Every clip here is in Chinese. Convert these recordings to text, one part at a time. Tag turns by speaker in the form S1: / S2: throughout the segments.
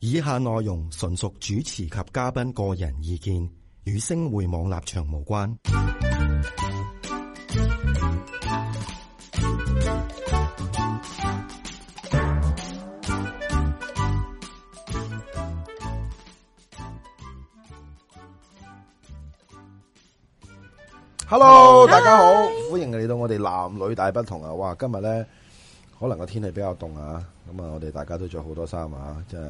S1: 以下內容純屬主持及嘉賓個人意見，與星匯網立場無關。
S2: Hello，大家好，歡迎嚟到我哋男女大不同啊！哇，今日咧可能個天氣比較凍啊，咁啊，我哋大家都着好多衫啊，真係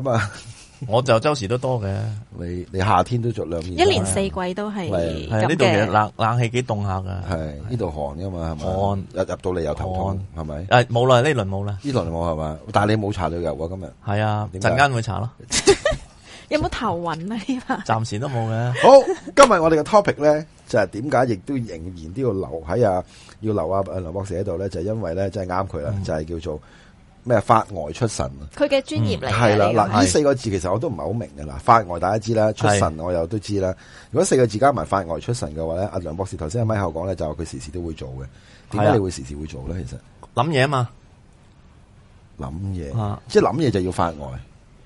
S2: 咁啊！
S3: 我就周時都多嘅，
S2: 你你夏天都着兩件
S4: 一
S2: 衫啊，
S4: 年四季都係
S2: 係
S3: 啊
S2: 啊
S3: 係呢
S4: 咁
S3: 度其實
S4: 嘅。
S3: 冷冷氣幾凍下噶，
S2: 係呢度寒噶嘛，係咪？
S3: 寒
S2: 入入到嚟又頭痛，係咪？
S3: 誒冇啦，呢輪冇啦，
S2: 呢輪冇係嘛？但係你冇搽到油啊，今日
S3: 係啊，
S2: 點解
S3: 陣間會查咯，
S4: 有冇頭暈啊？呢排
S3: 暫時都冇嘅，
S2: 好， 今日我哋嘅 topic 咧就係點解亦都仍然都要留喺啊，要留啊誒劉博士喺度咧，就係因為咧真係啱佢啦，就係叫做咩法外出神啊！
S4: 佢嘅專
S3: 嗯
S4: 業嚟嘅
S2: 係啦，
S4: 呢
S2: 嗱，呢
S3: 係
S2: 四個字其實我都唔係好明嘅嗱，法外大家知啦，出神我又都知啦。如果四個字加埋法外出神嘅話咧，阿梁博士頭先喺咪後講咧，就話佢時時都會做嘅。點
S3: 係
S2: 解
S3: 啊
S2: 你會時時會做咧？其實
S3: 諗嘢啊嘛，
S2: 諗嘢
S3: 啊，
S2: 即係諗嘢就要法外。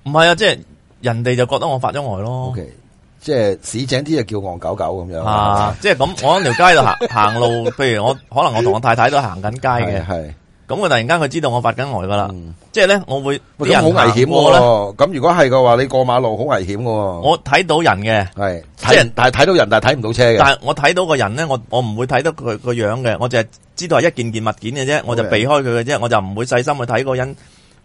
S3: 唔係啊，即係人哋就覺得我發咗呆咯，
S2: OK，即係市井啲就叫戇狗狗咁樣。
S3: 啊，即係咁，我喺條街度 行行路，譬如我可能我同我太太都行緊街
S2: 係
S3: 嘅，啊
S2: 係，
S3: 咁佢突然間佢知道我發緊呆噶啦
S2: 嗯，
S3: 即係咧我會
S2: 喂
S3: 啲
S2: 咁
S3: 人
S2: 好危險
S3: 行過咧，
S2: 喎。咁如果係嘅話，你過馬路好危險嘅喎。
S3: 我睇到人嘅。
S2: 係
S3: 即
S2: 睇
S3: 係，
S2: 但係睇到人，但係睇唔到車嘅。
S3: 但系我睇到個人咧，我我唔會睇到佢個樣嘅，我就係知道係一件件物件嘅啫，我就
S2: Okay
S3: 避開佢嘅啫，我就唔會細心去睇個人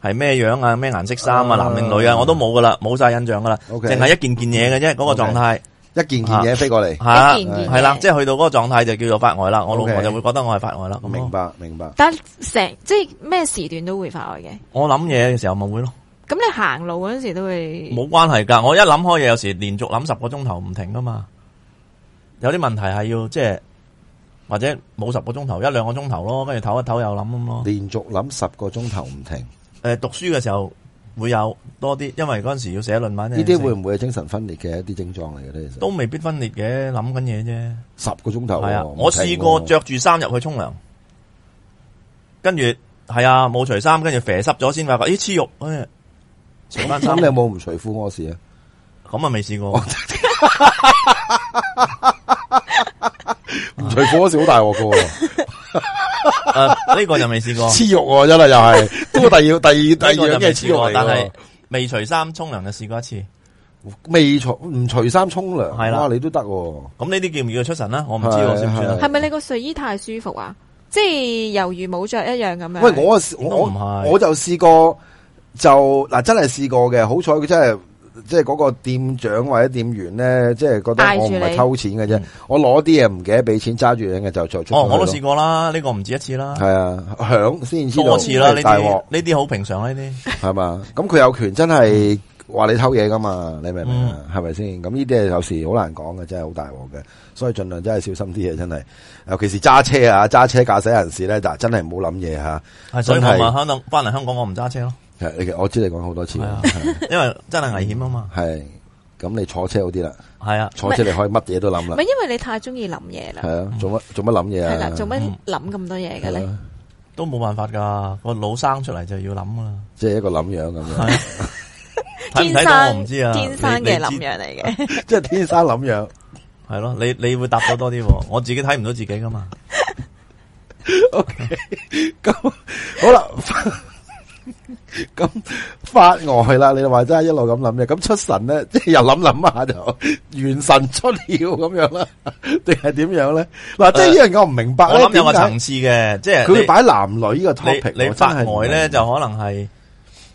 S3: 係咩樣啊、咩顏色衫
S2: 啊
S3: 啊、男定女啊，我都冇噶啦，冇晒印象噶啦，
S2: Okay
S3: 淨係一件件嘢嘅啫，嗰個狀態
S2: 一件件嘢飛過嚟。
S3: 吓
S4: 一件件嘢
S3: 係啦，即係去到嗰個狀態就叫做發呆啦，我老
S2: Okay
S3: 婆就會覺得我係發呆啦。
S2: 我明，白，明
S3: 哦
S2: 白。
S4: 但成即係咩時段都會發呆嘅。
S3: 我諗嘢嘅時候咪會咯，
S4: 咁你行路嗰陣時都會
S3: 冇關係㗎。我一諗開嘢，有時連續諗十個鐘頭唔停噶嘛。有啲問題係要即係或者冇十個鐘頭，一兩個鐘頭咯，跟住唞一唞又諗咁咯。
S2: 連續諗十個鐘頭唔停。
S3: 诶、讀書呃嘅時候會有多啲，因為嗰阵时要寫論文呢
S2: 呢啲會唔會係精神分裂嘅一啲症狀嚟嘅咧？其實
S3: 都未必分裂嘅，諗緊嘢啫。
S2: 十個鐘頭喎
S3: 係啊，
S2: 唔
S3: 我
S2: 停喎
S3: 試過着住衫入去沖涼，跟住係啊冇除衫，跟住啡濕咗先發覺，咦黐肉，哎除翻
S2: 咁
S3: 衫
S2: 你有冇唔除褲屙屎啊？
S3: 咁啊 未試過，啊
S2: 唔除褲屙屎好大鑊噶 喎，
S3: 呃诶呢、個就未試過，
S2: 黐肉喎真係又 係，都第二第二
S3: 呢
S2: 第二
S3: 個
S2: 樣
S3: 就
S2: 嘢
S3: 未
S2: 黐
S3: 試
S2: 肉
S3: 過，
S2: 嚟
S3: 但係
S2: 喎。
S3: 未除衫沖涼就試過一次。
S2: 未除唔除衫沖涼，
S3: 係啦
S2: 哇你都得喎。
S3: 咁呢啲叫唔叫出神啦？我唔知喎，
S2: 係
S3: 算唔算
S2: 係
S3: 啊？
S4: 係咪你個睡衣太舒服啊？即係猶如冇着一樣咁樣。
S2: 喂，我啊我
S3: 都唔係
S2: 我我就試過就嗱，真係試過嘅，好彩佢真係。即係嗰個店長或者店員咧，即係覺得
S4: 帶住
S2: 我唔係
S4: 你
S2: 偷錢嘅啫
S3: 嗯，
S2: 我攞啲嘢唔記得俾錢，揸住嘢嘅就就出
S3: 哦，
S2: 咗去
S3: 我都
S2: 咯
S3: 試過啦，呢、個唔止一次啦，
S2: 系啊，響先知道
S3: 多次啦，呢
S2: 大鑊
S3: 啲呢啲好平常啦，啊呢啲。
S2: 係嘛？咁佢有權真係話你偷嘢噶嘛？你明唔明啊？係咪先？咁呢啲嘢有時好難講嘅，真係好大鑊嘅。所以盡量真係小心啲嘢，真係。尤其是揸車啊，揸車駕駛人士咧，嗱真係唔好諗嘢吓。
S3: 系，所
S2: 啊
S3: 以
S2: 真
S3: 我
S2: 係
S3: 咪香港翻嚟香港，我唔揸車咯，
S2: 係你我知你講好多次
S3: 係 啊
S2: 啦，
S3: 因為真係危險啊嘛。
S2: 係咁你坐車好啲啦，
S3: 係啊，
S2: 坐車你可以乜嘢都諗
S4: 唔
S2: 啦
S4: 係，因為你太中意諗嘢啦，
S2: 係啊，做乜做乜諗嘢
S4: 係啦
S2: 啊？，
S4: 做乜
S3: 嗯
S4: 諗咁多嘢嘅
S2: 係
S4: 咧？
S2: 啊
S3: 都冇辦法㗎，個腦生出嚟就要諗㗎啦。
S2: 即係一個啊諗樣咁 樣，
S3: 睇唔
S4: 天
S3: 睇到我
S4: 生
S3: 唔知啊，
S4: 天生
S3: 你
S4: 嘅
S3: 你
S4: 諗
S3: 知啊
S4: 樣嚟嘅。
S2: 即係天生諗樣。
S3: 係咯，你你會答到多啲喎，我自己睇唔到自己㗎嘛。
S2: 咁好 啦，咁發呆啦，你話真係一路咁諗嘅，咁出神咧，即係又諗諗下就元神出竅咁樣啦，定係點樣咧？嗱，即係呢樣嘢我唔明白
S3: 我
S2: 咧，
S3: 諗有個
S2: 點解
S3: 層次嘅，即係
S2: 佢會
S3: 你
S2: 擺男女呢個
S3: 你
S2: topic，
S3: 你發呆咧，就可能係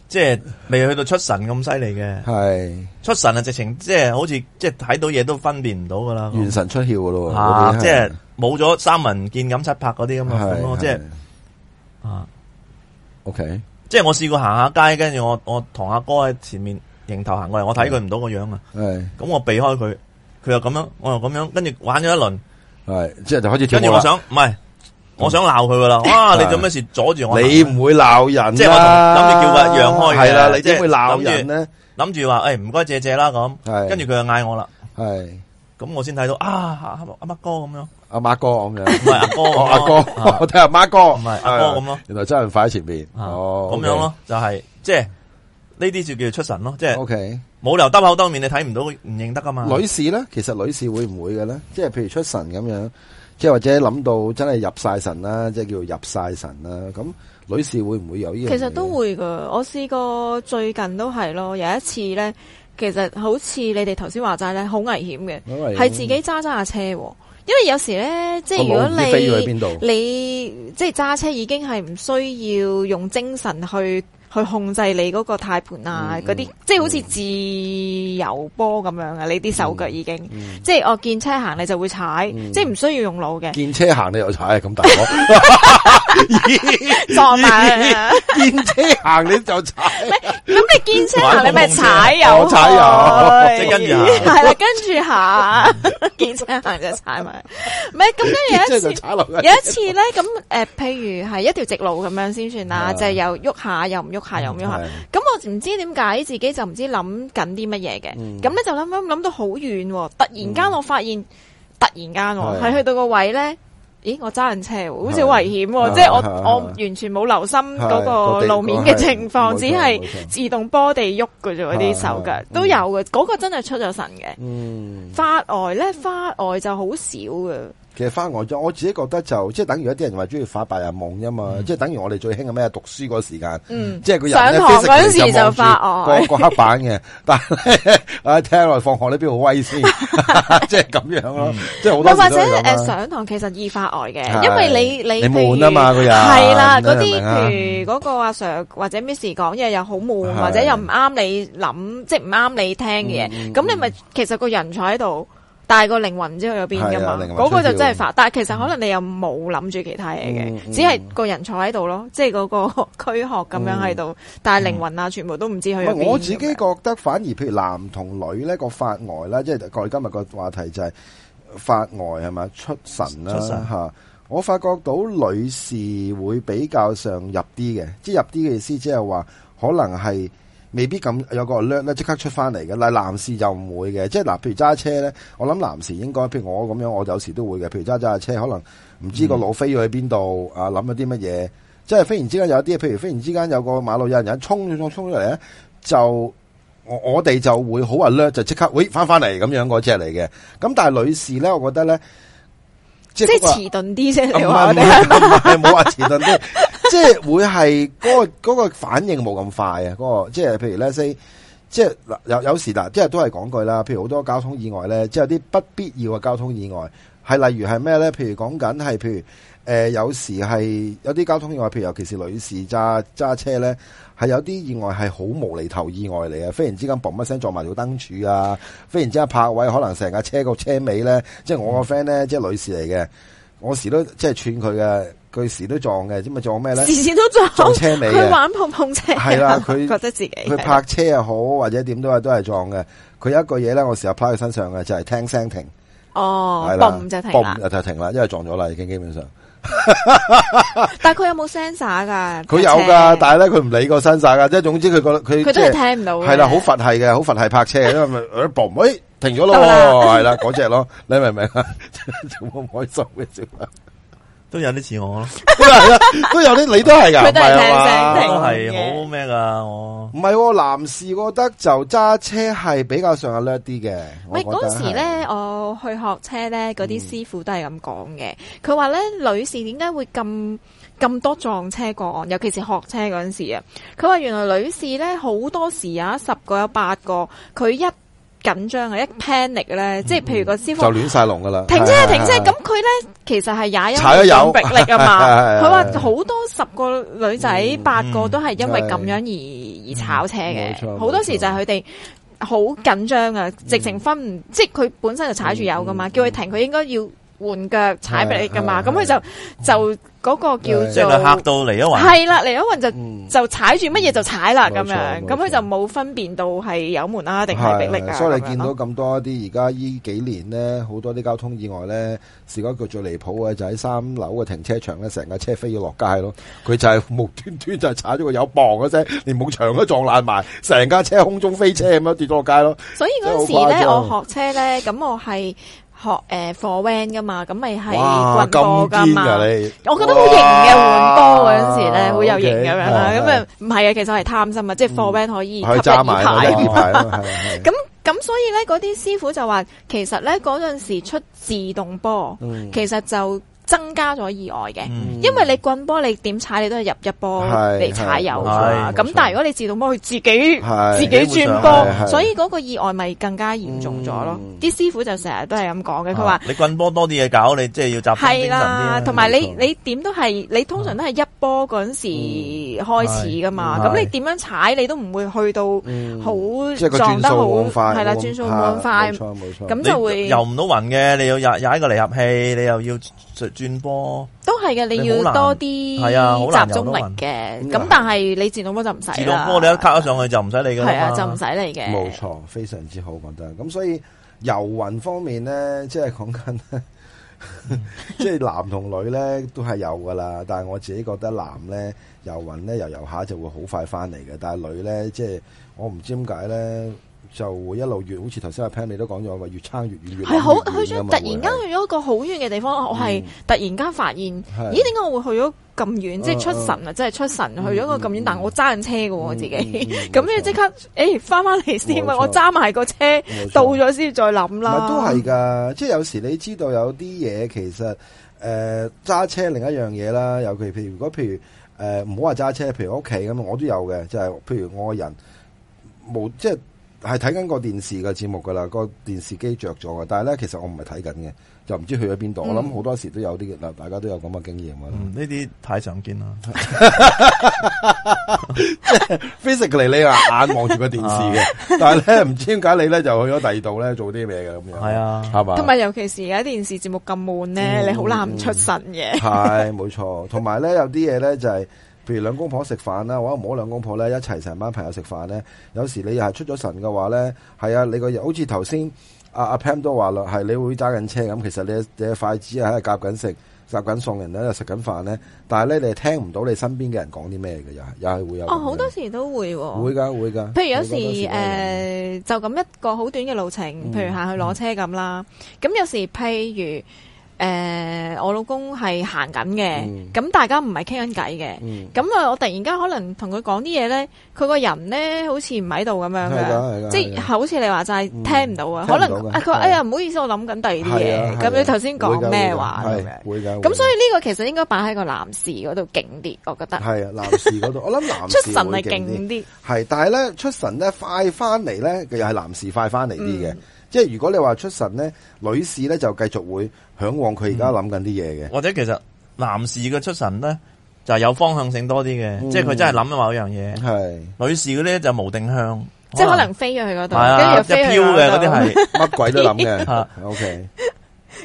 S3: 即係未去到出神咁犀利嘅，
S2: 係
S3: 出神啊直情即係好似即係睇到嘢都分辨唔到㗎啦。
S2: 元神出竅噶咯，
S3: 啊
S2: 嗰啲
S3: 即係冇咗三文見咁七拍嗰啲咁嘅款咯，即係啊。
S2: OK，
S3: 即系我試過行下街，跟住我我堂阿哥喺前面迎頭行過嚟，我睇佢唔到個樣啊，
S2: 係
S3: 咁我避開佢，佢又咁樣，我又咁樣，跟住玩咗一輪，
S2: 係，即係就開始跳
S3: 跟
S2: 舞
S3: 住我
S2: 啦。嗯
S3: 想唔係，我想鬧佢噶啦，哇！你做咩事阻住我行？
S2: 你唔會鬧人
S3: 即係我同諗住叫佢讓開嘅
S2: 係啦，你
S3: 即係
S2: 點會鬧人咧？
S3: 諗住話诶唔該借借啦咁，
S2: 係
S3: 跟住佢就嗌我啦，
S2: 係
S3: 咁我先睇到啊阿阿乜哥 咁樣，唔
S2: 阿孖哥咁樣。
S3: 係阿哥啊咁
S2: 哦，
S3: 咯，
S2: 阿哥，我睇下孖哥，啊
S3: 唔係阿哥咁咯
S2: 原來真人快喺前面，
S3: 啊
S2: 哦，
S3: 咁樣咯，就係即係呢啲就叫出神咯，即系
S2: O K，
S3: 冇理由兜口兜面，你睇唔到唔认得噶嘛。
S2: 哦女士咧，其實女士會唔會嘅咧？即係譬如出神咁樣，即係或者諗到真係入晒神啦，即係叫入晒神啦。咁女士會唔會有呢樣嘢呢？
S4: 其實都會噶，我試過最近都係咯，有一次呢，其實好似你哋頭先話齋呢，好危險嘅，
S2: 因為
S4: 係自己揸揸下車喎。因為有時呢，即係如果
S2: 個腦唔知飛咗去邊
S4: 你
S2: 度？
S4: 你即係揸車已經係唔需要用精神去去控制你嗰個軚盤啊，
S2: 嗯
S4: 嗰啲、即係好似自由波咁樣啊，你啲手腳已經，
S2: 嗯
S4: 即係我見車行你就會踩，
S2: 嗯
S4: 即係唔需要用腦嘅，
S2: 見車行你又踩，咁大鑊！
S4: 撞埋 啊。
S2: 見車行你就踩，
S4: 咁你見車行你咪踩油
S2: 我踩啊油
S3: 即係跟住行
S4: 系啦，跟住行， 見車行就踩埋，唔係咁跟住
S2: 見車就
S4: 有一次。
S2: 踩落去。
S4: 有一次咧，咁诶、呃譬如係一條直路咁樣先算啦，
S2: 啊嗯
S4: 就係又喐下，又唔喐下，又唔喐下。
S2: 係
S4: 咁我唔知點解自己就唔知諗緊啲乜嘢嘅，
S2: 嗯
S4: 咁咧就諗諗諗到好遠喎。突然間我發現，突然間喎，
S2: 係
S4: 係去到個位咧，咦，我揸緊車喎，好似好
S2: 係
S4: 危險喎，
S2: 係
S4: 即係我
S2: 係
S4: 我
S2: 係
S4: 完全冇留心嗰
S2: 啊係個
S4: 個
S2: 地
S4: 路面嘅
S2: 係
S4: 情況，
S2: 冇錯
S4: 只係
S2: 冇錯
S4: 自動波地喐嘅啫喎，啲
S2: 係嗯
S4: 手腳
S2: 係
S4: 都有嘅，嗰個真係出咗神嘅。
S2: 嗯，
S4: 花外咧，花外就好少嘅，
S2: 其實翻外咗，我自己覺得就即係等於有啲人話中意發白日夢啫嘛，即係等於我哋最興嘅咩讀書嗰時間。
S4: 嗯，
S2: 即係個人
S4: 上
S2: 咧
S4: 堂嗰
S2: physically
S4: 陣時就發哦
S2: 望
S4: 呆
S2: 住個個黑板嘅，但係 咧啊聽落嚟放學呢邊好威先， 即係咁樣咯，即係好多
S4: 嗯或
S2: 時
S4: 者呃
S2: 都係
S4: 誒
S2: 咁啊啦。
S4: 上堂其實易發呆嘅，
S2: 係
S4: 因為你
S2: 你
S4: 你悶
S2: 悶啊嘛個人
S4: 係啦，
S2: 你
S4: 嗰
S2: 明唔
S4: 啲
S2: 明啊
S4: 譬如嗰個阿 Sir 或者 Miss 講嘢又好悶，
S2: 係
S4: 或者又唔啱你諗，即係唔啱你聽嘅嘢，
S2: 嗯嗯
S4: 咁你咪其實個人坐喺度。但係個靈魂唔知去咗邊
S2: 係
S4: 㗎
S2: 啊
S4: 嘛，
S2: 靈魂
S4: 嗰個
S2: 出竅
S4: 就真係發。但係其實可能你又冇諗住其他嘢
S2: 嗯
S4: 嘅，
S2: 嗯
S4: 只係個人坐喺度咯，即係嗰個 軀殼咁樣喺度，但係靈魂啊，全部都唔知去咗邊
S2: 唔
S4: 咁
S2: 係
S4: 樣。
S2: 我自己覺得反而譬如男同女咧個發呆啦，即係我哋今日個話題就係發呆係嘛出神啦
S3: 出神
S2: 嚇。我發覺到女士會比較上入啲嘅，即係入啲嘅意思，即係話可能係未必咁有個 alert 咧，即刻出翻嚟嘅。嗱，男士就唔會嘅，即係嗱，譬如揸車咧，我諗男士應該，譬如我咁樣，我有時都會嘅。譬如揸揸下車，可能唔知個腦飛咗去邊度啊，諗咗啲乜嘢，即係忽然之間有啲，譬如忽然之間有個馬路有人衝咗衝衝出嚟咧，就我我哋就會好 alert，就即刻喂翻翻嚟咁樣嗰只嚟嘅。咁但係女士咧，我覺得咧，即
S4: 即係
S2: 嗰個
S4: 遲鈍啲啫，你
S2: 唔
S4: 話
S2: 係
S4: 我
S2: 唔
S4: 哋
S2: 係唔係冇話遲鈍啲， 即係會係嗰、個嗰、個反應冇咁快啊！嗰、個即係譬如咧，say 即係嗱有有時嗱，即係都係講句啦。譬如好多交通意外咧，即係有啲不必要嘅交通意外，係例如係咩咧？譬如講緊係譬如。誒、呃有時係有啲交通意外，譬如尤其是女士揸揸車咧，係有啲意外係好無厘頭意外嚟嘅，啊忽然之間嘣一聲撞埋條燈柱啊，忽然之間泊位可能成架車個車尾咧，即係
S4: 嗯
S2: 我個 friend 咧，即係女士嚟嘅，我時都即係串佢嘅，佢時都撞嘅，咁咪撞咩咧？
S4: 時時都撞
S2: 撞車尾
S4: 哦佢
S2: 嘅，
S4: 玩碰碰車，
S2: 係啦 佢
S4: 覺得自己
S2: 佢泊車又好或者點都係都係撞嘅。佢有一個嘢咧，我時候趴喺佢身上嘅就係、聽聲停，
S4: 哦
S2: 係，啦
S4: 嘣就停啦。
S2: 嘣就停啦，因為撞咗啦已經基本上。
S4: 但係佢有冇 sensor 噶？
S2: 佢有噶，但係咧佢唔理個身晒噶，即係總之佢覺得佢
S4: 佢都
S2: 即係
S4: 係聽唔到嘅。
S2: 系啦，好佛系嘅，好佛系泊車，因為咪 呃嘣，诶停咗咯
S4: 得
S2: 喎，
S4: 啦
S2: 係啦嗰只咯，你明唔明啊？ 好唔開心嘅小朋友
S3: 都有啲似我咯，
S2: 都係啊都有啲你都係噶，
S4: 佢都
S2: 唔
S4: 係
S2: 係啊
S4: 聽聲
S2: 嘛
S4: 停
S3: 都係好咩噶我。
S2: 唔係喎，男士我覺得就揸車係比較上叻啲嘅。我
S4: 喂，
S2: 覺得係
S4: 嗰
S2: 嗯
S4: 時咧，我去學車咧，嗰啲師傅都係咁講嘅。佢話咧，女士點解會咁咁多撞車個案，尤其是學車嗰陣時啊？佢話原來女士咧好多時啊，十個有八個，佢一緊張啊，一 panic 咧，即係譬如個師傅
S2: 就亂晒龍噶啦，
S4: 停車
S2: 係
S4: 停車，
S2: 係
S4: 咁佢咧其實係也
S2: 踩咗
S4: 因
S2: 油
S4: 為逼力啊
S2: 係係
S4: 嘛。
S2: 係
S4: 佢話好多十個女仔八個都係因為咁樣
S2: 係
S4: 而而炒車
S2: 冇錯
S4: 嘅，好多時就係佢哋。好緊張啊！直情分唔，即係佢本身就踩住油噶嘛，
S2: 嗯
S4: 叫佢停，佢應該要換腳踩俾你噶嘛，
S2: 係
S4: 咁佢就就嗰個
S3: 即系
S4: 叫
S3: 吓
S4: 做
S3: 到嚟啊一环，
S4: 係啦，嚟一混就
S2: 嗯
S4: 就踩住乜嘢就踩啦咁
S2: 冇錯
S4: 樣，
S2: 冇
S4: 咁佢
S2: 錯
S4: 就冇分辨到係油門啊定係逼力啊，
S2: 所以你
S4: 咁樣
S2: 見
S4: 咯
S2: 到咁多一啲而家依幾年咧，好多啲交通意外咧，試過一個最離譜嘅就喺三樓嘅停車場咧，成架車飛咗落街咯。佢就係無端端就係踩咗個油磅一聲，連埲牆都啊撞爛埋，成架車空中飛車咁樣跌咗落街咯。
S4: 所以嗰陣時
S2: 真係好
S4: 咧，
S2: 誇張
S4: 我學車咧，咁我係學诶 for van 噶嘛，咁咪係
S2: 哇，
S4: 棍波噶
S2: 咁堅
S4: 嘛。
S2: 㗎你，
S4: 我覺得好型嘅換波嗰陣時咧，
S2: 哇
S4: 好有型咁樣啦。
S2: OK，
S4: 咁啊唔係啊，其實我係貪心啊，即係 for van 可以
S2: 可以
S4: 吸
S2: 揸
S4: 引啊
S2: 埋
S4: 埋
S2: 啦，
S4: 牌
S2: 呢排啦，係係
S4: 咁咁所以咧，嗰啲師傅就話，其實咧嗰陣時出自動波，
S2: 嗯
S4: 其實就增加咗意外嘅。
S3: 嗯
S4: 因為你棍波你點踩你都係入一波
S2: 係
S4: 嚟踩油㗎嘛
S3: 係冇錯
S4: 咁但係如果你自動波佢自己
S2: 係
S4: 自己轉
S2: 係係
S4: 波，所以嗰個意外咪更加嚴重咗咯
S2: 嗯。
S4: 啲師傅就成日都係咁講嘅，佢話
S3: 啊你棍波多啲嘢搞，你即係要集中精
S4: 係
S3: 神啲啊
S4: 啦，同埋你
S2: 冇錯
S4: 你點都係你通常都係一波嗰陣時開始噶嘛，
S3: 嗯
S4: 咁
S3: 係
S4: 你點樣踩你都唔會去到
S2: 嗯
S4: 好
S2: 即係個
S4: 撞
S2: 轉
S4: 得
S2: 數
S4: 好
S2: 冇咁快，
S4: 係啦，
S2: 冇
S4: 轉數冇咁快
S2: 係。冇錯冇錯。
S4: 咁
S3: 你
S4: 就會
S3: 游唔到雲嘅，你要踩踩個離合器，你又要轉波，
S4: 都係嘅，你
S3: 你好
S4: 要
S3: 難
S4: 多
S3: 係啊好
S4: 啲
S3: 難
S4: 集中力
S3: 有嗯
S4: 嘅。
S2: 難
S4: 咁但係你自動波就唔使啦
S3: 自動波你一卡咗上去就唔使理噶啦
S4: 係啊，
S3: 嘛
S4: 就唔使嚟嘅。
S2: 冇錯，非常之好講得。咁所以遊魂方面咧，即係講緊， 即係男同女咧都係有噶啦。但係我自己覺得男咧遊魂咧遊遊下就會好快翻嚟嘅，但係女咧即係我唔知點解咧。就會一路越好似頭先阿 Pan 你都講咗話，越撐越遠，越
S4: 係好
S2: 諗越
S4: 去
S2: 遠㗎
S4: 咗，
S2: 嘛
S4: 突然
S2: 會係
S4: 間去咗一個好遠嘅地方，我係
S2: 嗯
S4: 突然間發現，
S2: 係
S4: 咦？點解我會去咗咁遠？即係
S2: 嗯
S4: 出神啊！即係出神去咗個咁
S2: 嗯
S4: 遠，但我揸緊車嘅喎，我自
S2: 嗯 嗯嗯
S4: 己。咁你即刻，誒翻翻嚟先，
S2: 冇
S4: 喂，
S2: 錯
S4: 我揸埋個車
S2: 冇錯
S4: 到咗先再諗
S2: 唔係
S4: 啦。
S2: 都係㗎，即係有時你知道有啲嘢其實誒揸、車另一樣嘢啦，尤其譬如如果譬如誒唔好話揸車，譬如屋企咁，我都有嘅，就係、譬如我個人冇即係係睇緊個電視嘅節目㗎啦，個電視機着咗嘅，但係咧其實我唔係睇緊嘅，就唔知去咗邊度。我諗好多時都有啲嗱，大家都有咁嘅經驗啊㗎啦。
S3: 嗯呢啲太常見啦。
S2: Physically 你話眼望住個電視嘅，但係咧唔知點解你咧就去咗第二度咧做啲咩嘅咁樣。
S3: 係啊
S2: 係嘛？
S4: 同埋尤其是而家電視節目咁悶
S2: 嗯
S4: 咧，你好難唔出神嘅。
S2: 系冇錯，同埋咧有啲嘢咧就係，譬如兩公婆食飯啦，或者唔好兩公婆咧一齊成班朋友食飯咧，有時你又係出咗神嘅話咧，係啊，你個人好似頭先阿阿 Pam 都話啦，係你會揸緊車咁，其實你你嘅筷子係喺度夾緊食。夾緊餸，人哋喺度食緊飯咧，但係咧你係聽唔到你身邊嘅人講啲咩嘅，又係又係會有咁樣。
S4: 哦，好多時都會喎。
S2: 會㗎會㗎。
S4: 譬如有
S2: 好
S4: 時
S2: 多
S4: 誒、
S2: 都係
S4: 呃就咁一個好短嘅路程，
S2: 嗯
S4: 譬如行去攞車咁啦。咁、有時譬如誒、呃我老公係行緊嘅，
S2: 嗯
S4: 咁、大家唔係傾緊偈嘅。
S2: 嗯，
S4: 咁啊！我突然間可能同佢講啲嘢咧，佢個人咧好似唔喺度咁樣
S2: 係㗎係㗎
S4: 嘅，即
S2: 係
S4: 係
S2: 㗎
S4: 好似你話齋
S2: 嗯
S4: 聽唔到啊。
S2: 聽唔到
S4: 可能
S2: 㗎
S4: 啊佢話：
S2: 係
S4: 哎呀，唔好意思，我諗緊第二
S2: 係
S4: 啲嘢。
S2: 啊
S4: 咁你頭先
S2: 會㗎
S4: 講咩
S2: 會㗎
S4: 話咁
S2: 係
S4: 樣？
S2: 會㗎。
S4: 咁所以呢個其實應該擺喺個男士嗰度勁啲，我覺得
S2: 係啊，男士嗰度，我諗男士
S4: 出神
S2: 會
S4: 係勁
S2: 勁啲
S4: 啲。
S2: 係，但係咧出神咧快翻嚟咧，佢又係男士快翻嚟啲
S4: 嗯
S2: 嘅。即係如果你話出神咧，女士咧就繼續會向往佢而家諗緊啲嘢嘅。
S3: 或者其實男士嘅出神咧就係有方向性多啲嘅，
S2: 嗯
S3: 即係佢真係諗緊啊某一樣
S4: 嗯
S3: 嘢。
S2: 係
S3: 女士嗰啲就無定向，
S4: 即係可能飛咗去嗰
S3: 係
S4: 度，跟住
S3: 啊，
S4: 又
S3: 即
S4: 飛
S3: 係
S4: 去
S3: 飄嘅嗰
S4: 度
S3: 啲係
S2: 乜鬼都諗
S3: 啊
S2: 嘅。O K，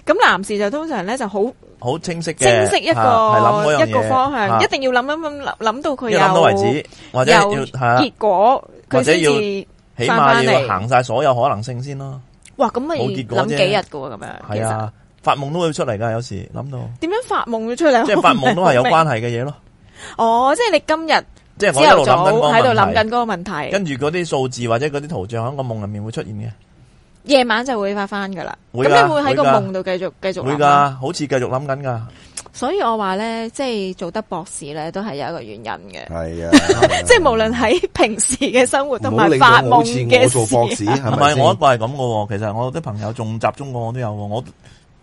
S4: 咁男士就通常咧就好
S3: 好清晰嘅，
S4: 清晰一個、
S3: 啊係諗嗰樣嘢
S4: 一個方向，
S3: 啊
S4: 一定要諗諗諗諗到佢
S3: 要
S4: 有
S3: 諗到為止，或者要
S4: 有
S3: 係啊，
S4: 結果，
S3: 或
S4: 佢
S3: 者
S4: 先
S3: 要
S4: 至
S3: 起
S4: 翻返
S3: 碼要
S4: 嚟
S3: 行晒所有可能性先咯。
S4: 哇咁咪
S3: 冇結果
S4: 諗
S3: 啫
S4: 幾日嘅喎咁樣。其
S3: 係
S4: 實
S3: 啊，發夢都會出嚟㗎，有時諗 到，
S4: 點樣發夢出嚟？
S3: 即係發夢都係有關係嘅嘢咯。
S4: 我唔明。哦，即係你今日
S3: 即係我一
S4: 朝
S3: 路
S4: 頭早
S3: 諗緊
S4: 喺度
S3: 嗰
S4: 諗
S3: 個問
S4: 緊嗰個問題，
S3: 題，跟住嗰啲數字或者嗰啲圖像喺個夢入面會出現嘅，
S4: 夜晚就會發翻噶啦。咁
S3: 會㗎
S4: 你會喺個
S3: 會㗎
S4: 夢度繼續繼續
S3: 會
S4: 諗
S3: 㗎，
S4: 啦。
S3: 好似繼續諗緊㗎。
S4: 所以我話咧，即係做得博士咧，都係有一個原因嘅。
S2: 係啊，
S4: 即係無論喺平時嘅生活
S2: 唔
S4: 同
S2: 好
S4: 埋
S2: 理
S4: 發
S2: 到我好
S4: 夢
S2: 似
S4: 嘅
S2: 我做博士
S4: 事
S3: 唔
S2: 係咪
S3: 係
S2: 先
S3: 我一個係咁嘅喎，其實我啲朋友仲集中過我都有喎，我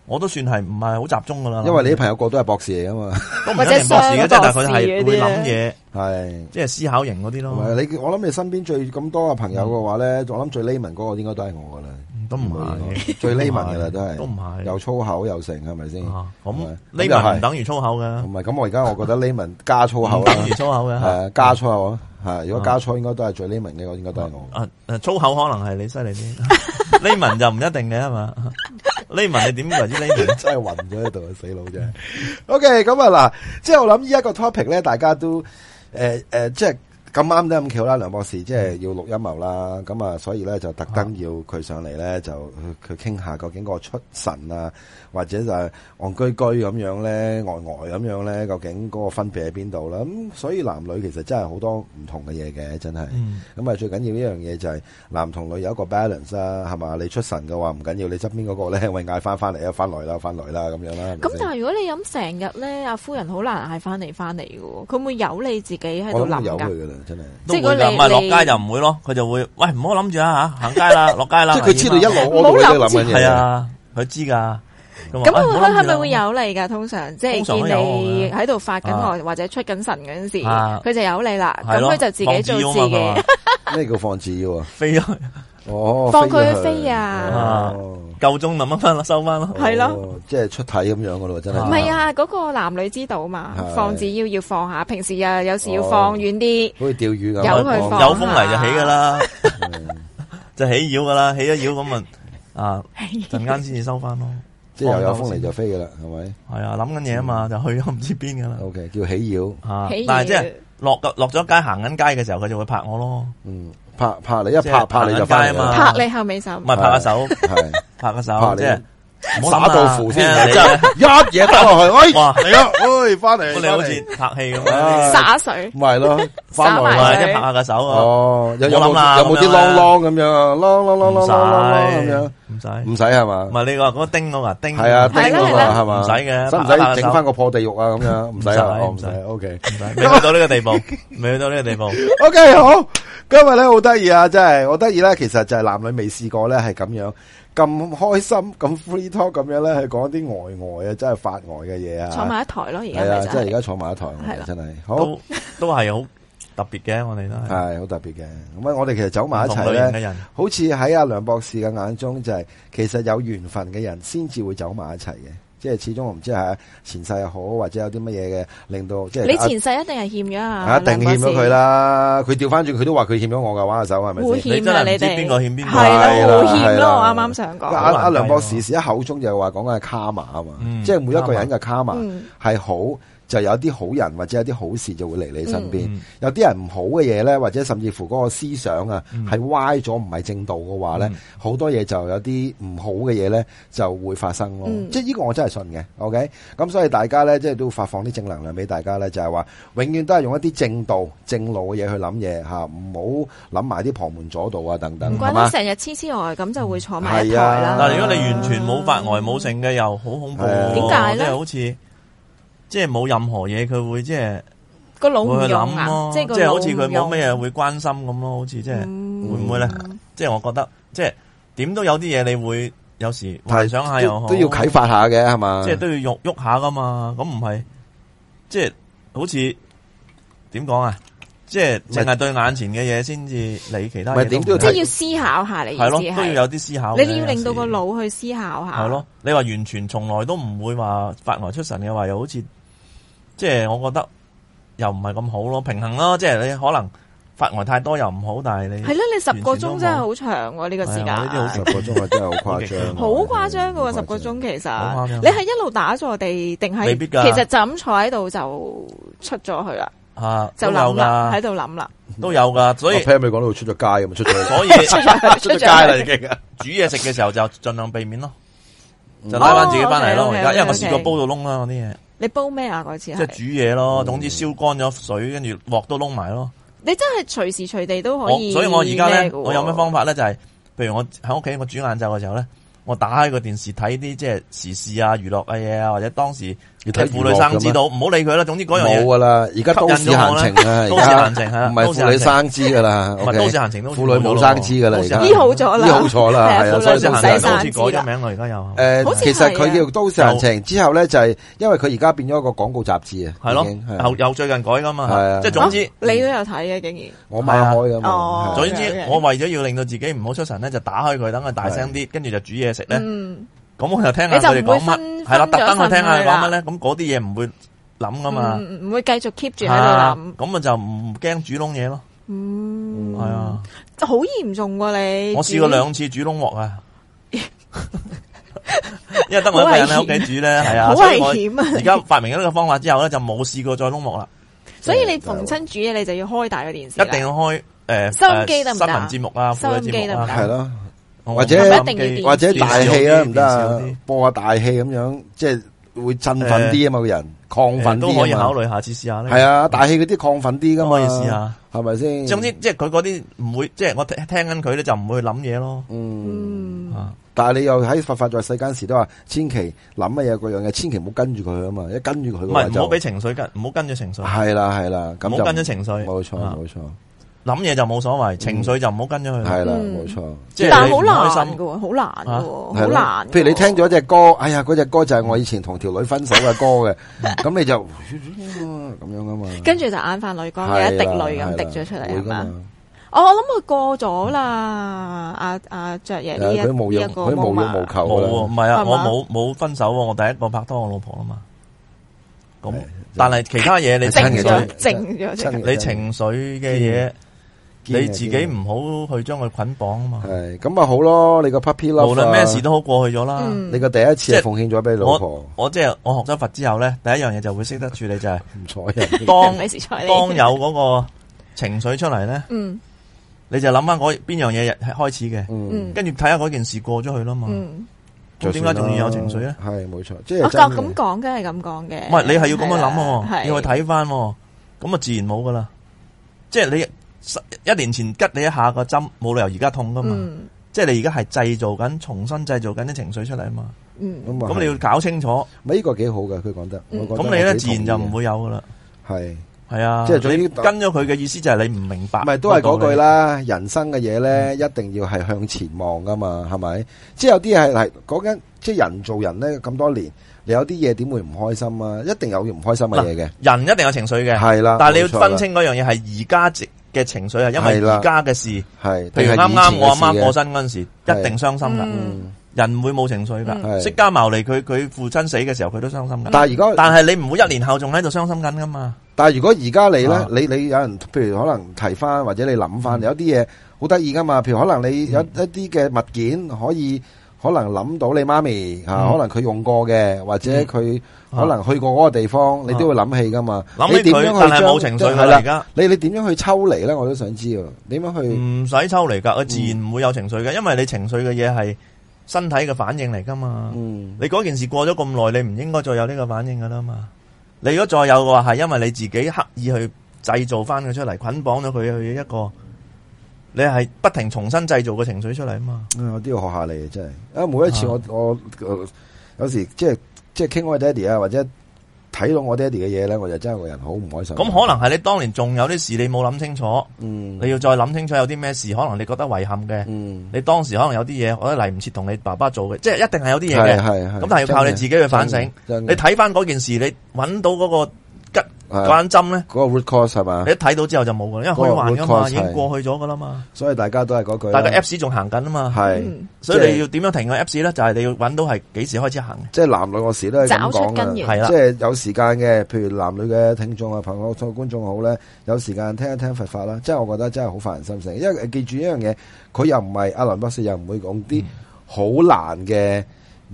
S3: 我都算係唔係好集中㗎啦。
S2: 因為你啲朋友個都係博士嚟噶嘛，
S3: 都唔一定博士嘅，
S4: 或者
S3: 即係但係佢
S4: 雙博士嗰
S3: 係
S4: 啲呢
S3: 會諗嘢，
S2: 係。
S3: 即係思考型嗰啲
S2: 同埋
S3: 咯。
S2: 你，我諗你身邊最咁多嘅朋友嘅話咧，我諗最 layman 嗰個應該都係我噶啦，
S3: 都唔係
S2: 最 layman 噶啦，都係，
S3: 都唔係
S2: 又粗口又成，係咪先？
S3: 啊咁
S2: 係
S3: 呢
S2: 咁又係
S3: 文唔等於粗口㗎
S2: 唔，係咁，我而家我覺 得 layman 加粗口
S3: 啊唔
S2: 啦。
S3: 等於粗口
S2: 係
S3: 嘅。
S2: 啊加粗口係，啊如果加粗應該都係最 l 文嘅，我應該都係我。
S3: 啊誒粗口可能係你犀利 啲，呢文就唔一定嘅係 嘛？呢文你點為之呢文？
S2: 真係暈咗喺度啊，死佬啫。OK，咁啊嗱，即係我諗呢一個 topic 咧，大家都诶诶、呃即係咁啱得咁巧啦，梁博士即
S3: 嗯
S2: 係要錄陰謀啦，咁啊，所以咧就特登要佢上嚟咧，就佢傾下究竟個出神啊，或者就係戇居居咁樣咧，呆呆咁樣咧，究竟嗰個分別喺邊度啦？咁所以男女其實真係好多唔同嘅嘢嘅，真係。
S3: 嗯，
S2: 咁啊，最緊要一樣嘢就係男同女有一個 balance 啦，係嘛？你出神嘅話唔緊要，你側邊嗰個咧， 喂嗌翻翻嚟啊，翻來啦，翻來啦咁樣啦。係咪
S4: 咁
S2: 先
S4: 但係如果你飲成日咧，阿夫人好難嗌翻嚟翻嚟嘅喎，佢會由你自己喺
S2: 我
S4: 度
S2: 諗
S4: 諗
S2: 有
S4: 㗎。
S2: 佢噶啦，真係。
S3: 都
S4: 即係
S3: 會
S4: 如果
S3: 㗎，
S4: 你
S3: 唔係落
S4: 你
S3: 街就唔會咯，佢就會喂唔好諗住啦吓，行街啦，落街啦，
S2: 即係佢知道一路
S4: 唔
S2: 我
S4: 好
S2: 度你都
S4: 諗
S2: 諗緊
S4: 住
S2: 嘢。
S3: 系啊，佢知噶，咁
S4: 咁
S3: 話哎唔
S4: 佢
S3: 好諗住
S4: 佢係咪
S3: 啦
S4: 會有你噶？通常即
S3: 通
S4: 係
S3: 常都
S4: 見
S3: 有我
S4: 你
S3: 嘅
S4: 喺度發緊汗或者出緊神嗰陣時，
S3: 啊
S4: 佢就有你啦。
S3: 係
S4: 咁
S3: 咯
S4: 佢就自己做
S3: 放
S4: 自
S3: 紙啊嘛佢
S4: 己
S3: 話，
S2: 咩叫放紙要啊？
S3: 飛咗
S2: 哦，
S4: 放佢
S2: 飛咗
S4: 去飛啊
S2: 哦
S3: 夠鐘咪掹翻啦，收翻啦。
S4: 係咯
S2: 哦，即係出體咁樣噶咯，真係。
S4: 唔係，啊？嗰個男女之道嘛
S2: 係，
S4: 放紙要要放下，平時啊有時要
S2: 哦
S4: 放遠啲。
S2: 好似釣魚咁。
S4: 由
S2: 放
S4: 佢放
S3: 有風嚟就起噶啦， 就起妖噶啦，起咗妖咁啊啊陣間先至收翻咯。
S2: 即係又有風嚟就飛噶啦，係咪
S3: 係啊，諗緊嘢啊嘛，就去咗唔知邊噶啦。
S2: ？OK，叫起妖。
S3: 啊
S4: 起，
S3: 但係即係
S4: 嘢
S3: 落落咗街行緊街嘅時候，佢就會拍我咯，
S2: 嗯，拍拍你一
S3: 即
S2: 拍
S3: 係
S2: 拍你就
S3: 行緊
S2: 翻
S3: 街
S2: 嚟
S3: 啊
S2: 啦。
S3: 嘛
S4: 拍你後尾手
S3: 唔，係拍下手，
S2: 係
S3: 拍下
S2: 拍
S3: 手，
S2: 你
S3: 即係唔好諗
S2: 耍
S3: 啊
S2: 到符先
S3: 聽下，你
S2: 真
S3: 啊
S2: 係一嘢打 落去，喂，
S3: 哇
S2: 嚟啊，喂，翻嚟，
S3: 你好似
S2: 返嚟
S3: 拍戲咁樣，
S2: 唉
S4: 灑水。
S2: 唔係咯，翻
S4: 係
S3: 或
S2: 來啦
S4: 撒埋。
S3: 者拍下個手啊，
S2: 哦，有有
S3: 我諗啦
S2: 冇有冇啲
S3: 咁樣啦
S2: 啷啷咁樣啊？啷啷啷啷
S3: 唔
S2: 啷啷啷咁樣，
S3: 使，唔使，
S2: 唔使係嘛
S3: 唔？係你話嗰個叮嗰個啊叮，
S2: 系啊，
S4: 係啦
S2: 叮啊
S4: 係啦
S2: 嘛，係嘛？
S3: 唔使嘅
S2: 使唔
S3: 拍下
S2: 使
S3: 手
S2: 整翻個破地獄啊？咁樣唔使啊，
S3: 唔使
S2: 哦唔使
S3: 唔使
S2: ，OK。
S3: 未去到呢個地步，未去到呢個地步，
S2: O、k 好，今日咧好得意啊，真系，我得意咧，其實就係男女未試過咧，係咁樣咁開心，咁 free talk 咁樣咧，去講啲呆呆啊，真係發呆嘅嘢啊，
S4: 坐埋一台咯，而
S2: 系
S4: 家咪
S2: 啊，
S4: 就
S2: 即係而
S4: 係
S2: 家坐埋一台，我
S4: 係
S2: 哋
S4: 啦
S2: 真係好
S3: 都都係好特別嘅，我哋都係
S2: 係好特別嘅。咁啊，我哋其實走埋一
S3: 唔同
S2: 齊
S3: 類型嘅
S2: 咧，
S3: 人，
S2: 好似喺阿梁博士嘅眼中就係、其實有緣分嘅人先至會走埋一齊嘅。即係始終我唔知係前世又好，或者有啲乜嘢嘅令到即係
S4: 你
S2: 阿
S4: 前世一定係欠咗啊，
S2: 啊一定欠咗佢啦。佢調翻轉，佢都話佢欠咗我嘅玩下手，係咪
S4: 梁博士，
S2: 先
S4: 互？
S3: 你
S4: 欠
S3: 真
S4: 啊！
S3: 係唔
S4: 你
S3: 知
S4: 哋
S3: 邊個欠邊個
S4: 係
S2: 係啦
S4: 啦，互欠
S2: 係啦啊
S4: 咯，我啱啱想
S2: 阿
S4: 講。
S2: 阿
S3: 好難計喎啊
S2: 梁博士時一口中就話講緊係卡瑪啊嘛，
S3: 嗯
S2: 即係每一個人嘅卡瑪
S4: 嗯，
S2: 係好，就有啲好人或者有啲好事就會嚟你身邊。
S3: 嗯
S2: 有啲人唔好嘅嘢咧，或者甚至乎嗰個思想啊係歪咗，唔係正道嘅話咧
S3: 嗯，
S2: 好、多嘢就有啲唔好嘅嘢咧就會發生咯。
S4: 嗯
S2: 即係呢個我真係信嘅。OK，咁所以大家咧即係都發放啲正能量俾大家咧，就係、話永遠都係用一啲正道、正路嘅嘢去諗嘢嚇，唔好諗埋啲旁門左道啊等等，
S4: 唔
S2: 係
S4: 怪
S2: 嘛
S4: 得？成日黐黐呆咁就會坐埋一台
S2: 係啊
S4: 啦。
S3: 但係如果你完全冇發呆冇剩嘅，又好恐怖喎。
S2: 係啊
S4: 點解呢
S3: 即係好似即係冇任何嘢，佢會即係
S4: 個腦唔
S3: 會去
S4: 用
S3: 諗
S4: 啊
S3: 咯，，
S4: 即係
S3: 即
S4: 個
S3: 係好
S4: 腦
S3: 似佢
S4: 唔
S3: 冇
S4: 用啊嗯
S3: 乜嘢會關心咁咯，好似即係會唔會咧？即係我覺得即係點都有啲嘢，你會有時幻想下又
S2: 都
S3: 好，
S2: 都要啟發啊下嘅係嘛？
S3: 即係都要喐喐下噶嘛，咁唔係即係好似點講啊？即係淨係對眼前嘅嘢先至理其他
S2: 唔係
S3: 嘢，
S2: 點都要
S4: 即係
S2: 睇
S4: 要思考下你意
S3: 係咯，
S4: 思
S3: 都
S4: 係
S3: 要有啲思考嘅。
S4: 你要令到個
S3: 有時
S4: 腦去思考下。
S3: 系咯，你話完全從來都唔會話發呆出神嘅話，又好似即係我覺得又唔係咁好咯，平衡咯，即係你可能發呆太多又唔好，但係你
S4: 係咯，你十個
S3: 完全都
S4: 鐘
S3: 冇
S4: 真係好長喎，呢個時間
S3: 係啊呢啲好
S2: 十
S3: 長
S2: 個鐘啊，真係好誇張，
S4: 好誇張噶
S2: 好
S4: 喎，
S2: 誇
S4: 十個鐘其
S3: 好誇
S4: 實
S3: 張
S4: 你係一路打坐地定係
S3: 未必㗎
S4: 其實就咁坐喺度就出咗去啦，
S3: 啊
S4: 就
S3: 都有
S4: 諗啦，
S3: 噶
S4: 喺，度 諗啦，
S3: 都有噶，所
S2: 我
S3: 以
S2: 聽你講到出咗街咁，出咗
S3: 所以
S2: 出咗街啦已經啊。
S3: 煮嘢食嘅時候就盡量避免咯，就拉翻自己翻嚟
S4: 哦
S3: 咯。而
S4: ，OK，OK，OK，
S3: 家因為我試過煲到窿啦嗰啲嘢，
S4: 你煲咩啊？嗰次
S3: 即係煮
S4: 係
S3: 嘢咯，總之燒乾咗水，跟住鑊都窿埋咯。
S4: 你真係隨時隨地都可
S3: 我
S4: 以。
S3: 哦所以我而家
S4: 咩
S3: 咧，
S4: 㗎喎
S3: 我有咩方法咧？就係、譬如我喺屋企我煮晏晝嘅時候咧，我打開個電視睇啲即係時事啊、娛樂嘅嘢啊，或者當時
S2: 要睇
S3: 嘅
S2: 娛樂
S3: 婦女生知道，唔好理佢啦。總之嗰樣
S2: 冇啊
S3: 嘢
S2: 噶啦，而家都市閒 情啊，
S3: 吸
S2: 而
S3: 引咗我啦都市閒情
S2: 家
S3: 啊
S2: 唔係婦女生知噶啦，
S3: 唔係
S2: OK？
S3: 都市閒情都
S2: 婦女冇生知噶啦，而家
S4: 醫好咗啦
S2: 醫好咗啦，
S4: 係
S2: 係
S4: 啊
S2: 啊，
S4: 婦
S2: 所
S4: 女
S3: 都
S2: 以都
S3: 市閒
S2: 市閒情
S3: 情好似
S4: 唔使生。
S3: 改咗名啦，而家又係
S2: 诶，
S4: 好似係
S2: 其
S4: 啊
S2: 實佢叫都市閒情之後咧，就係因為佢而家變咗一個廣告雜誌啊，
S3: 係
S2: 已經
S3: 咯，又
S2: 係
S3: 又最近改噶
S2: 係啊
S3: 嘛，即係總之嗯
S4: 啊。你都有睇嘅，竟
S2: 我買開噶嘛
S4: 哦，
S2: 係啊
S3: 總之
S4: OK，OK，
S3: 我為咗要令到自己唔好出神咧，就打開佢，等佢大聲
S2: 啊
S3: 啲，跟住就煮嘢食咧。
S4: 然，嗯，
S3: 咁我就聽下佢哋
S4: 你就唔
S3: 講
S4: 會
S3: 乜，
S4: 分
S3: 係啦，
S4: 分咗
S3: 特登去聽下佢
S4: 神去啦
S3: 講乜咧。咁嗰啲嘢唔會諗噶嘛，
S4: 嗯唔會繼續 keep 住喺
S3: 啊
S4: 度諗，
S3: 咁咪就唔驚煮窿嘢咯。
S4: 嗯，
S3: 係啊。
S4: 好嚴重喎你。
S3: 我試過兩次煮窿鑊啊， 因為得我一個人喺屋企煮咧，係啊，
S4: 好
S3: 所以
S4: 危
S3: 我
S4: 險啊！
S3: 而家發明咗呢個方法之後咧，就冇試過再窿鑊啦。
S4: 所以你逢親煮嘢，你就要開大個電視啦，
S3: 一定要開诶
S4: 收音機得唔
S3: 新
S4: 得
S3: 聞
S4: 啊
S3: 節目啦，
S4: 收音
S3: 婦女
S4: 機
S3: 節目
S4: 得唔
S3: 啦
S4: 得，
S2: 系咯，
S3: 我
S2: 或者
S3: 唔
S4: 一定要
S2: 或者大戲啊，
S3: 電視有啲
S2: 唔得啊
S3: 電視有啲，
S2: 播下大戲咁樣，即係會振奮啲啊嘛，個人亢奮
S3: 都可以
S2: 啲啊
S3: 考
S2: 嘛。
S3: 慮下次試下咧。
S2: 系啊，大戲嗰啲亢奮啲噶
S3: 都
S2: 嘛，
S3: 可以試下。
S2: 係咪先？
S3: 總之，即係佢嗰啲唔會，即係我聽聽緊佢咧就唔會去諗嘢咯。
S2: 嗯，
S4: 嗯，
S3: 啊，
S2: 但係你又喺佛法在世間時都話，千祈諗乜嘢嗰樣嘢，千祈唔好跟住佢啊嘛，一跟住佢
S3: 唔
S2: 嘅話
S3: 係唔
S2: 就
S3: 好俾情緒跟，唔好跟住情緒，唔
S2: 係啦係啦，咁
S3: 好
S2: 就
S3: 跟咗情緒。
S2: 冇錯
S3: 啊
S2: 冇錯，
S3: 諗嘢就冇所謂，情緒就唔好跟咗佢。
S2: 係啦
S4: 嗯
S2: 冇錯。
S3: 即係
S4: 但
S3: 你
S4: 好
S3: 唔開
S4: 難
S3: 心
S4: 噶，好難
S3: 啊
S4: 噶，
S2: 係
S4: 好
S2: 咯
S4: 難㗎喎。
S2: 譬如你聽咗只歌，哎呀，嗰只歌就係我以前同條女分手嘅歌嘅，咁你就咁樣噶嘛。
S4: 跟住就眼泛淚光，有一滴淚咁滴咗出嚟，
S2: 啊係啦
S4: 係嘛
S2: 會
S4: 哦
S2: 㗎？嘛
S4: 我我諗佢過咗啦，阿阿爵爺呢一
S2: 佢無欲
S4: 呢一個
S2: 佢無欲無
S4: moment
S2: 求
S3: 冇喎，
S2: 㗎
S3: 唔
S2: 啦，
S3: 係啊，
S4: 係嘛
S3: 我冇冇分手喎，我第一個拍拖我老婆啊嘛。咁
S2: 係，
S3: 但係其他嘢你
S2: 真嘅
S3: 情
S4: 靜咗
S3: 緒，
S2: 真
S4: 靜咗
S2: 真
S4: 靜
S2: 嘅
S4: 咗，
S3: 你情緒嘅
S2: 堅嘅
S3: 嘢，
S2: 啊
S3: 你自己唔好去將佢捆綁啊嘛。
S2: 係咁咪好咯。你個 puppy love，啊
S3: 無論咩事，都好過去咗啦。
S2: 你
S4: 嗯，
S2: 個第一次
S3: 即
S2: 係
S3: 係
S2: 奉獻咗俾老婆
S3: 我，我即係我學咗佛之後咧，第一樣嘢就會識得處理 就係
S2: 唔睬人。
S3: 當
S4: 你時彩你
S3: 當有嗰個情緒出嚟咧，
S4: 嗯
S3: 你就諗翻嗰邊樣嘢係開始嘅，
S2: 嗯，
S4: 嗯
S3: 跟住睇下嗰件事過咗去啦嘛。
S4: 嗯，
S3: 咁點解仲要有情緒咧？
S2: 係冇錯，即係
S4: 我覺
S2: 真嘅
S4: 哦咁講，梗係咁講嘅。
S3: 唔係你係要咁樣諗
S4: 係
S3: 喎，要去睇翻，咁啊自然冇噶啦。即係你十一年前吉你一下個針，冇理由而家痛噶嘛。
S4: 嗯
S3: 即係你而家係製造緊，重新製造緊啲情緒出嚟啊嘛。
S4: 嗯
S2: 咁啊
S3: 咁你要搞清楚，
S2: 咪呢個幾好嘅，佢講得，
S4: 嗯
S2: 我覺得
S3: 咁你咧
S2: 我幾
S3: 自
S2: 同意
S3: 然就唔
S2: 嘅
S3: 會有噶啦。
S2: 係。
S3: 係啊，
S2: 即係總之
S3: 你跟咗佢嘅意思就係你唔明白，
S2: 唔係都係嗰句。啦，人生嘅嘢咧，一定要係向前望噶嘛，係咪？即係有啲係係講緊，即係人做人咧咁多年，你有啲嘢點會唔開心啊？一定有唔開心嘅嘢嘅，
S3: 人一定有情緒嘅，
S2: 係啦。
S3: 但係你要
S2: 冇錯啦
S3: 分，清嗰樣嘢係而家嘅情緒係啊因
S2: 係
S3: 為
S2: 啦
S3: 而家嘅事。
S2: 係
S3: 譬
S2: 定
S3: 如
S2: 係
S3: 啱
S2: 以前嘅事
S3: 啱
S2: 嘅
S3: 我阿媽過身嗰陣時，一定傷心噶，
S4: 嗯
S3: 人唔會冇情緒
S2: 嗯
S3: 噶。釋迦牟尼佢佢父親死嘅時候，佢都傷心噶。
S2: 但係如果
S3: 但係你唔會一年後仲喺度傷心緊噶嘛？
S2: 但係如果而家你咧
S3: 啊，嗯
S2: 你你有人譬如可能提翻或者你諗翻，有啲嘢好得意噶嘛，譬如可能你有一啲嘅物件可以。可能諗到你媽咪吓，啊
S3: 嗯
S2: 可能佢用過嘅，或者佢
S3: 啊
S2: 可能去過嗰個地方，你都會諗起噶嘛。
S3: 諗
S2: 你
S3: 起
S2: 點樣
S3: 佢，
S2: 去
S3: 但係
S2: 將
S3: 冇情緒
S2: 係啦
S3: 噶啦，而家
S2: 你你点样去抽離咧？我都想知啊，點樣去？
S3: 唔使抽離噶，
S2: 嗯
S3: 佢自然唔會有情緒嘅，因為你情緒嘅嘢係身體嘅反應嚟噶嘛。
S2: 嗯，
S3: 你嗰件事過咗咁耐，你唔應該再有呢個反應噶啦嘛。你如果再有嘅話，係因為你自己刻意去製造翻佢出嚟，捆綁咗佢去一個，你係不停重新製造個情緒出嚟啊嘛。
S2: 啊我都要學下你啊，真係啊！每一次我我我有時即係即系倾我爹哋啊，或者睇到我爹哋嘅嘢咧，我就真係個人好唔開心。
S3: 咁可能係你當年仲有啲事你冇諗清楚，
S2: 嗯
S3: 你要再諗清楚有啲咩事，可能你覺得遺憾嘅，
S2: 嗯
S3: 你當時可能有啲嘢我覺得嚟唔切同你爸爸做嘅，即係一定係有啲
S2: 系系
S3: 嘢嘅。
S2: 咁
S3: 咁但係要靠你自己去反省。
S2: 真嘅
S3: 你睇翻嗰件事，你揾到嗰個吉
S2: 係
S3: 嗰根針咧，
S2: 嗰個 root cause 係嘛
S3: 你一，睇到之後就冇噶啦，因為虛幻噶
S2: 嗰個
S3: 嘛，
S2: root cause
S3: 已經過去咗噶啦嘛。
S2: 所以大家都係嗰句啦。
S3: 但係個 Apps 仲行緊啊嘛，
S2: 係
S4: 嗯
S3: 所以
S2: 即係
S3: 你要點樣停個 Apps 咧？就係你要揾到係幾時開始行
S2: 即係男女我時都係咁
S4: 找出
S2: 講
S4: 根
S2: 嘅
S4: 源。
S3: 係啦
S2: 即係有時間嘅，譬如男女嘅聽眾啊、朋友、觀眾好咧，有時間聽一聽佛法啦。即係我覺得真係好發人心醒，因為記住一樣嘢，佢又唔係阿倫博士，又唔會講啲好難嘅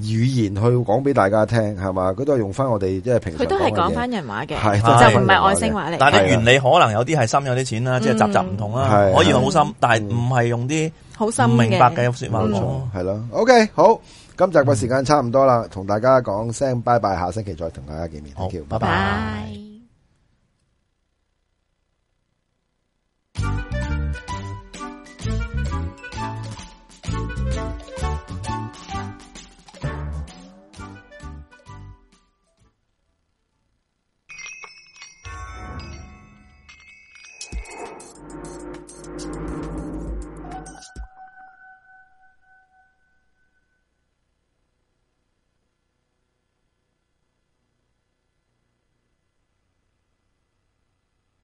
S2: 語言去講俾大家聽，係嘛？佢都係用翻我哋即係平
S4: 佢
S2: 常
S4: 都係講
S2: 講
S4: 翻人話嘅，
S2: 係
S3: 真係
S4: 就唔係外嗯星話嚟
S3: 嘅。
S4: 嘅。
S3: 但係
S2: 係
S3: 啲
S2: 啊
S3: 原理可能有啲係深有啲淺啦，即係集集唔同啦
S2: 係，
S3: 可以
S2: 係
S3: 好深，但係唔係用啲
S4: 好深
S3: 唔
S4: 嘅
S3: 明白嘅説話
S2: 冇
S3: 講
S2: 嗯錯，。係咯。OK，好，今集嘅時間差唔多啦，同大家講聲拜拜，下星期再同大家見面。
S3: 好
S2: Thank you，
S3: 拜拜
S4: 拜。